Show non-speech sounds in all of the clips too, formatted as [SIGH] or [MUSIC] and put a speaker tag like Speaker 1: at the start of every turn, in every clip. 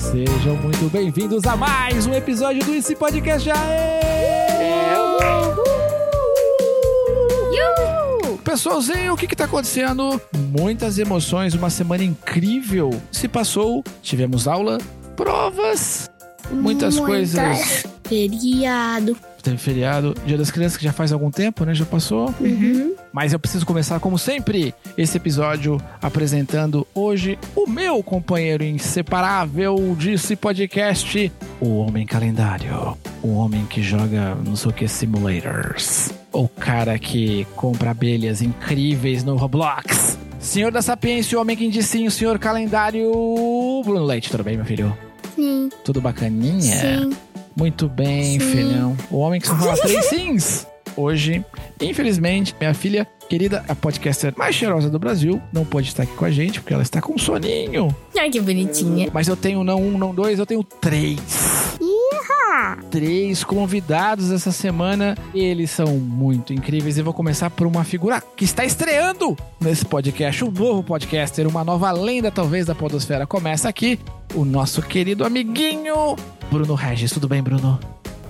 Speaker 1: Sejam muito bem-vindos a mais um episódio do Esse Podcast Aê!
Speaker 2: Pessoalzinho, o que que tá acontecendo? Muitas emoções, uma semana incrível se passou. Tivemos aula, provas, muitas, coisas.
Speaker 3: Feriado.
Speaker 2: Teve feriado, Dia das Crianças, que já faz algum tempo, né? Já passou.
Speaker 3: Uhum.
Speaker 2: Mas eu preciso começar, como sempre, esse episódio apresentando hoje o meu companheiro inseparável desse podcast, o Homem Calendário. O homem que joga, não sei o que, simulators. O cara que compra abelhas incríveis no Roblox. Senhor da Sapiência, o homem que indicinha, o senhor calendário. Bruno Leite, tudo bem, meu filho?
Speaker 3: Sim.
Speaker 2: Tudo bacaninha?
Speaker 3: Sim.
Speaker 2: Muito bem,
Speaker 3: Sim.
Speaker 2: filhão. O homem que só fala três sims. Hoje, infelizmente, minha filha querida, a podcaster mais cheirosa do Brasil, não pode estar aqui com a gente porque ela está com um soninho.
Speaker 3: Ai, que bonitinha.
Speaker 2: Mas eu tenho não um, não dois, eu tenho três. Três convidados essa semana. Eles são muito incríveis. E vou começar por uma figura que está estreando nesse podcast. Um novo podcaster, uma nova lenda, talvez, da Podosfera. Começa aqui o nosso querido amiguinho, Bruno Regis. Tudo bem, Bruno?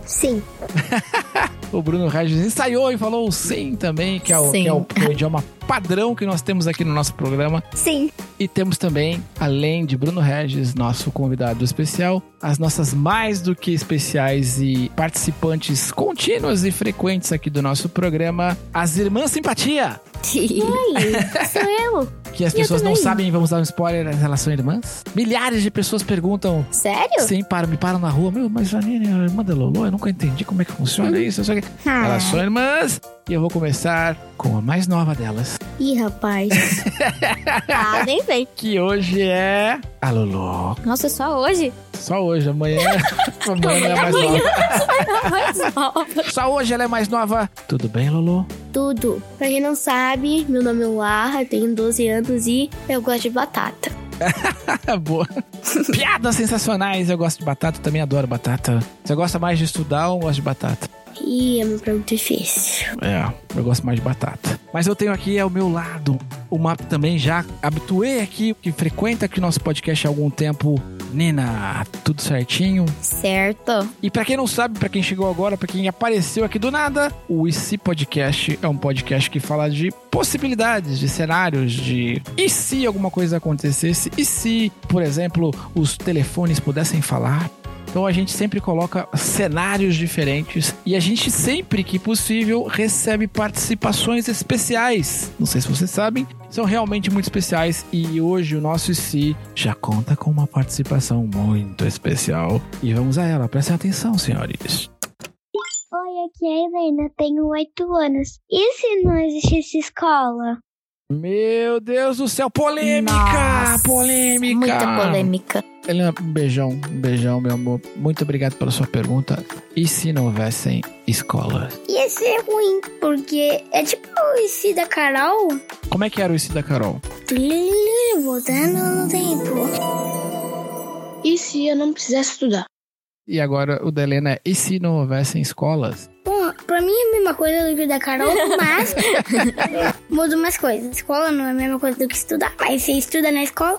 Speaker 3: Sim.
Speaker 2: O Bruno Regis ensaiou e falou sim também, que é, o,
Speaker 3: Sim.
Speaker 2: que é o- que é o idioma padrão que nós temos aqui no nosso programa.
Speaker 3: Sim.
Speaker 2: E temos também, além de Bruno Regis, nosso convidado especial, as nossas mais do que especiais e participantes contínuas e frequentes aqui do nosso programa, as Irmãs Simpatia,
Speaker 3: [LAUGHS] Sou eu.
Speaker 2: que as
Speaker 3: E eu
Speaker 2: pessoas não
Speaker 3: também.
Speaker 2: sabem, vamos dar um spoiler, elas elas são irmãs. Milhares de pessoas perguntam
Speaker 3: Sério?
Speaker 2: Sim, para, me param na rua. Meu, mas Janine, a irmã da Lolo, eu nunca entendi como é que funciona isso. Só que...
Speaker 3: Ah.
Speaker 2: Elas são irmãs. E eu vou começar com a mais nova delas, [LAUGHS]
Speaker 3: Ih, rapaz. ah, nem vem.
Speaker 2: que hoje é a Lolo.
Speaker 3: Nossa, só [LAUGHS] hoje?
Speaker 2: Só hoje, amanhã, [LAUGHS] amanhã ela é mais
Speaker 3: Amanhã.
Speaker 2: nova.
Speaker 3: Não,
Speaker 2: Só hoje ela é mais nova. Tudo bem, Lolo?
Speaker 3: Tudo. Pra quem não sabe, meu nome é Lara, eu tenho 12 anos e eu gosto de batata.
Speaker 2: [LAUGHS] Boa. [LAUGHS] Piadas sensacionais. Eu gosto de batata, também adoro batata. Você gosta mais de estudar ou gosta de batata?
Speaker 3: E é uma pergunta difícil.
Speaker 2: É, eu gosto mais de batata. Mas eu tenho aqui ao meu lado uma que também já habituei aqui, que frequenta aqui nosso podcast há algum tempo. Nina, tudo certinho?
Speaker 3: Certo.
Speaker 2: E pra quem não sabe, pra quem chegou agora, pra quem apareceu aqui do nada, o IC Podcast é um podcast que fala de possibilidades, de cenários, de e se alguma coisa acontecesse, e se, por exemplo, os telefones pudessem falar. Então a gente sempre coloca cenários diferentes e a gente sempre que possível recebe participações especiais. Não sei se vocês sabem, são realmente muito especiais e hoje o nosso IC já conta com uma participação muito especial. E vamos a ela, prestem atenção, senhores.
Speaker 4: Oi, aqui é a Helena, tenho oito anos. E se não existisse escola?
Speaker 2: Meu Deus do céu, polêmica!
Speaker 3: Nossa,
Speaker 2: Ah, polêmica!
Speaker 3: Muita polêmica.
Speaker 2: Helena, um beijão, um beijão, meu amor. Muito obrigado pela sua pergunta. E se não houvessem escolas?
Speaker 4: Ia ser ruim, porque é tipo o IC da Carol.
Speaker 2: Como é que era o IC da Carol?
Speaker 4: Tlililili, Voltando no tempo.
Speaker 5: E se eu não precisasse estudar?
Speaker 2: E agora o da Helena é, e se não houvessem escolas?
Speaker 4: Bom, pra mim é a mesma coisa do que o da Carol,
Speaker 5: [LAUGHS]
Speaker 4: mas muda umas coisas. Escola não é a mesma coisa do que estudar, mas você estuda na escola.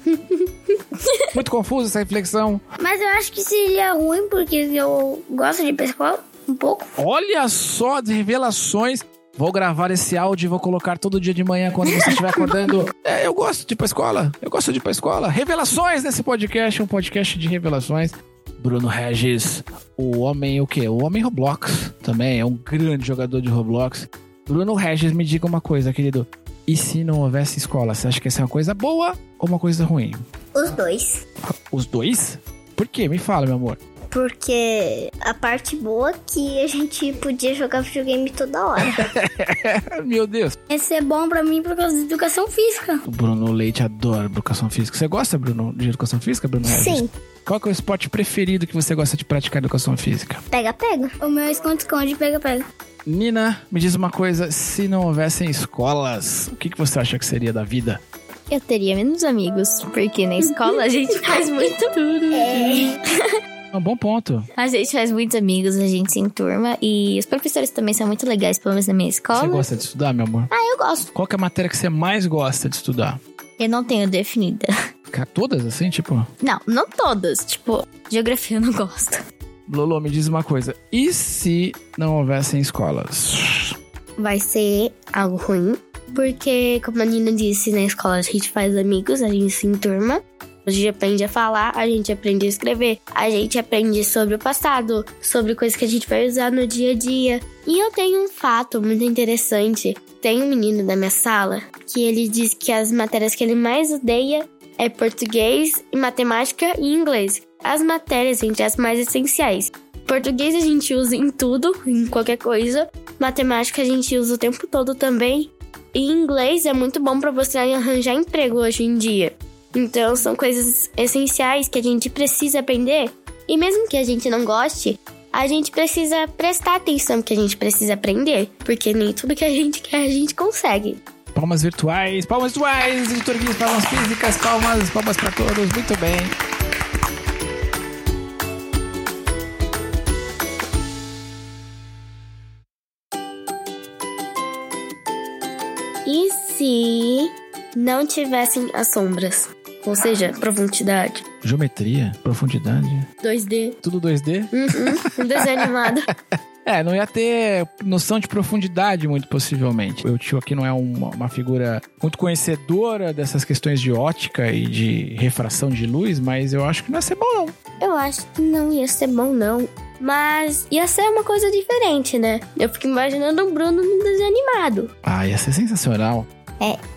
Speaker 2: Muito confusa essa reflexão.
Speaker 4: Mas eu acho que seria ruim, porque eu gosto de ir pra escola um pouco.
Speaker 2: Olha só as revelações. Vou gravar esse áudio e vou colocar todo dia de manhã quando você estiver [LAUGHS] acordando. É, eu gosto de ir pra escola. Eu gosto de ir pra escola. Revelações nesse podcast, um podcast de revelações. Bruno Regis, o homem o quê? O homem Roblox também, é um grande jogador de Roblox. Bruno Regis, me diga uma coisa, querido. E se não houvesse escola, você acha que essa é uma coisa boa ou uma coisa ruim?
Speaker 4: Os dois.
Speaker 2: Os dois? Por quê? Me fala, meu amor.
Speaker 4: Porque a parte boa é que a gente podia jogar videogame toda hora.
Speaker 2: Meu Deus.
Speaker 4: [LAUGHS] Esse é bom pra mim por causa de educação física.
Speaker 2: O Bruno Leite adora educação física. Você gosta, Bruno, de educação física,
Speaker 4: É,
Speaker 2: Bruno? Regis?
Speaker 4: Sim.
Speaker 2: Qual que é o esporte preferido que você gosta de praticar educação física?
Speaker 4: Pega, pega. O meu esconde-esconde, pega, pega.
Speaker 2: Nina, me diz uma coisa. Se não houvessem escolas, o que, que você acha que seria da vida?
Speaker 3: Eu teria menos amigos, porque na escola a gente faz muito tudo.
Speaker 2: É Um bom ponto.
Speaker 6: Então,
Speaker 3: A gente faz muitos amigos, a gente se enturma e os professores também são muito legais, pelo menos na minha escola.
Speaker 2: Você gosta de estudar, meu amor?
Speaker 3: Ah, eu gosto.
Speaker 2: Qual que é a matéria que você mais gosta de estudar?
Speaker 3: Eu não tenho definida.
Speaker 2: Ca- Todas, assim, tipo...
Speaker 6: Não, não todas. Tipo, geografia eu não gosto.
Speaker 4: [LAUGHS]
Speaker 2: Lolo, me diz uma coisa. E se não houvessem escolas?
Speaker 3: vai ser algo ruim. Porque, como a Nina disse, na escola a gente faz amigos, a gente se enturma. A gente aprende a falar, a gente aprende a escrever, a gente aprende sobre o passado, sobre coisas que a gente vai usar no dia a dia. E eu tenho um fato muito interessante. Tem um menino da minha sala que ele diz que as matérias que ele mais odeia é português, e matemática e inglês. As matérias, gente, as mais essenciais. Português a gente usa em tudo, em qualquer coisa. Matemática a gente usa o tempo todo também. E inglês é muito bom para você arranjar emprego hoje em dia. Então são coisas essenciais que a gente precisa aprender. E mesmo que a gente não goste, a gente precisa prestar atenção que a gente precisa aprender, porque nem tudo que a gente quer a gente consegue.
Speaker 2: Palmas virtuais, palmas virtuais, editor Guiz, palmas físicas, palmas, palmas pra todos, muito bem.
Speaker 3: E se não tivessem as sombras? Ou seja, profundidade.
Speaker 2: Geometria, profundidade,
Speaker 3: 2D,
Speaker 2: tudo 2D?
Speaker 3: um desenho [LAUGHS] animado.
Speaker 2: É, não ia ter noção de profundidade, muito possivelmente. O tio aqui não é uma, uma figura muito conhecedora dessas questões de ótica e de refração de luz, mas eu acho que não ia ser bom, não.
Speaker 3: Eu acho que não ia ser bom, não. Mas ia ser uma coisa diferente, né? Eu fico imaginando
Speaker 4: um
Speaker 3: o Bruno no desenho animado.
Speaker 2: Ah, ia ser sensacional.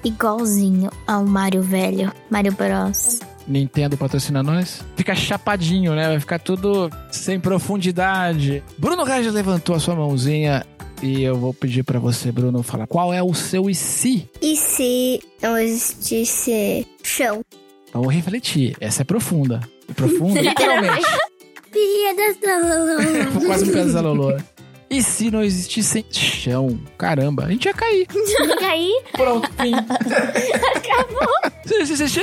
Speaker 6: Igualzinho ao Mario velho, Mario Bros.
Speaker 2: Nintendo patrocina nós. Fica chapadinho, né? Vai ficar tudo sem profundidade. Bruno Regis levantou a sua mãozinha e eu vou pedir pra você, Bruno, falar qual é o seu e se.
Speaker 4: E se não existisse chão?
Speaker 2: Eu vou refletir. Essa é profunda. Profunda, literalmente.
Speaker 4: Filha
Speaker 3: [LAUGHS]
Speaker 4: das...
Speaker 2: Foi quase um peso da Lolo. E se não existisse chão? Caramba, a gente ia cair.
Speaker 3: E aí,
Speaker 2: Pronto, fim. Acabou. Se não existisse chão!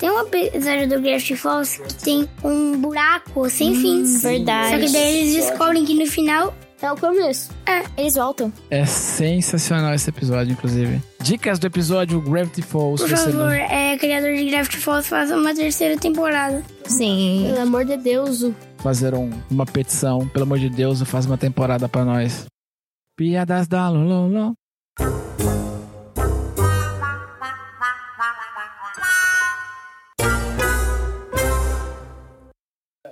Speaker 4: Tem um episódio do Gravity Falls que tem um buraco sem fim.
Speaker 3: Hum, verdade.
Speaker 4: Só que daí eles descobrem que no final
Speaker 3: é o começo.
Speaker 4: é, eles voltam.
Speaker 2: É sensacional esse episódio, inclusive. Dicas do episódio Gravity Falls.
Speaker 4: Por
Speaker 2: você não-
Speaker 4: favor, é, criador de Gravity Falls, faça uma terceira temporada.
Speaker 6: Sim.
Speaker 3: Pelo amor de Deus, o
Speaker 2: fazer um- uma petição. Pelo amor de Deus, faz uma temporada pra nós. Piadas da Lololó.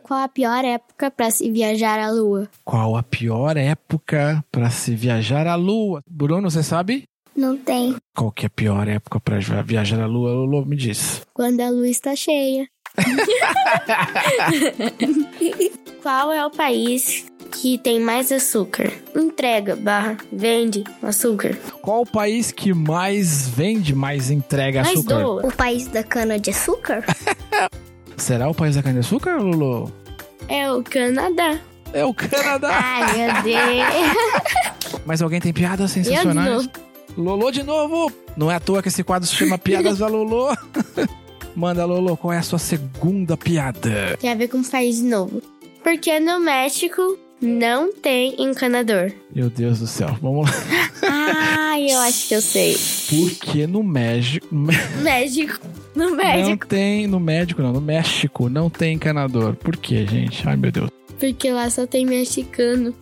Speaker 3: qual a pior época pra se viajar à lua?
Speaker 2: Qual a pior época pra se viajar à Lua? Bruno, você sabe?
Speaker 4: Não tem.
Speaker 2: Qual que é a pior época pra vi- viajar à Lua? Lolo, me diz.
Speaker 3: Quando a lua está
Speaker 4: [LAUGHS]
Speaker 3: cheia. qual é o país que tem mais açúcar? Entrega, barra, vende açúcar.
Speaker 2: Qual o país que mais vende, mais entrega
Speaker 3: Mas
Speaker 2: açúcar?
Speaker 3: doa.
Speaker 4: O país da cana de açúcar?
Speaker 2: Será o país da cana-de-açúcar, Lolo?
Speaker 3: É o Canadá.
Speaker 2: É o Canadá.
Speaker 3: Ai, meu Deus.
Speaker 2: Mas alguém tem piadas
Speaker 3: Ah. Eu de
Speaker 2: sensacionais?
Speaker 3: novo.
Speaker 2: Lolo de novo! Não é à toa que esse quadro se chama Piadas da
Speaker 3: [LAUGHS]
Speaker 2: Lolo. Manda, Lolo, qual é a sua segunda piada?
Speaker 3: Tem a ver com o país de novo. Porque no México não tem encanador.
Speaker 2: Meu Deus do céu, vamos lá.
Speaker 3: Ah, eu acho que eu sei.
Speaker 2: Porque no México.
Speaker 3: México. No
Speaker 2: Não
Speaker 3: México.
Speaker 2: tem. No médico, não. No México não tem encanador. Por quê, gente? Ai, meu Deus.
Speaker 3: Porque lá só tem mexicano.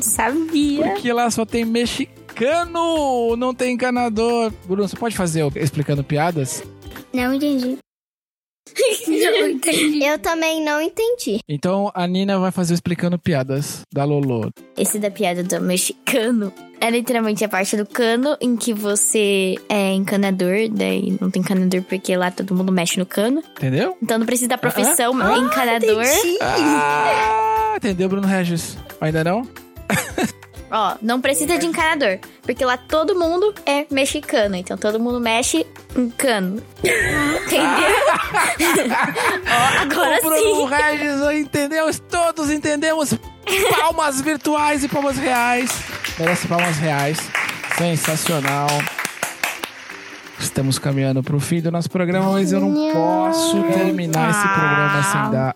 Speaker 3: Sabia.
Speaker 2: Porque lá só tem mexicano, não tem encanador. Bruno, você pode fazer o- explicando piadas?
Speaker 4: Não entendi. Não entendi.
Speaker 6: Eu também não entendi.
Speaker 2: Então a Nina vai fazer o explicando piadas da Lolo.
Speaker 6: Esse da piada do mexicano é literalmente a parte do cano em que você é encanador, daí não tem encanador porque lá todo mundo mexe no cano.
Speaker 2: Entendeu?
Speaker 6: Então não precisa da profissão encanador.
Speaker 2: Ah, entendeu, Bruno Regis? Ainda não?
Speaker 6: Ó, não precisa de encanador, porque lá todo mundo é mexicano, então todo mundo mexe um cano. Entendeu? [LAUGHS] Ó, agora
Speaker 2: o Bruno
Speaker 6: Ah, sim.
Speaker 2: Regis entendeu, todos entendemos. Palmas virtuais e palmas reais. Merece palmas reais. Sensacional. Estamos caminhando pro fim do nosso programa, mas eu não posso terminar esse programa sem dar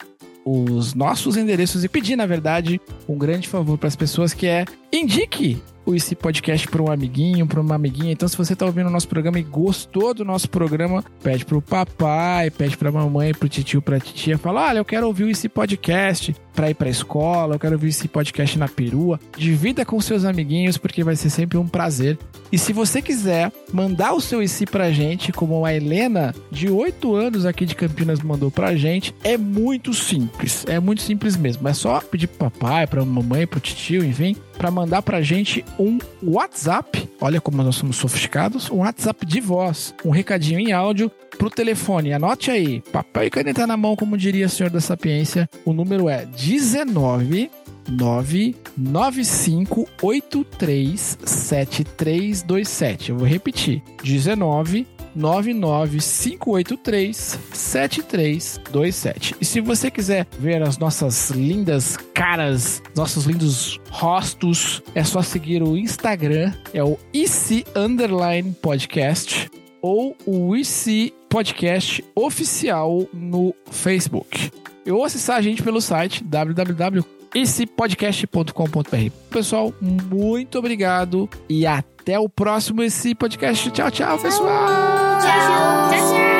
Speaker 2: os nossos endereços e pedir, na verdade, um grande favor para as pessoas que é indique o IC Podcast para um amiguinho, para uma amiguinha. Então, se você tá ouvindo o nosso programa e gostou do nosso programa, pede pro papai, pede pra mamãe, pro titio, pra titia. Fala, olha, eu quero ouvir o IC Podcast pra ir pra escola, eu quero ouvir esse podcast na perua. Divida com seus amiguinhos, porque vai ser sempre um prazer. E se você quiser mandar o seu IC pra gente, como a Helena, de 8 anos aqui de Campinas, mandou pra gente, é muito simples. É muito simples mesmo. É só pedir pro papai, pra mamãe, pro tio, enfim, pra mandar pra gente um WhatsApp. Olha como nós somos sofisticados. Um WhatsApp de voz, um recadinho em áudio pro telefone. Anote aí, papel e caneta na mão, como diria o senhor da sapiência. O número é 19 995837327. Eu vou repetir. 19 995837327. E se você quiser ver as nossas lindas caras, nossos lindos rostos, é só seguir o Instagram, é o IC Underline Podcast ou o IC Podcast Oficial no Facebook. Ou acessar a gente pelo site www.icpodcast.com.br. Pessoal, muito obrigado e até o próximo IC Podcast. Tchau, tchau, pessoal!
Speaker 4: Tchau, tchau.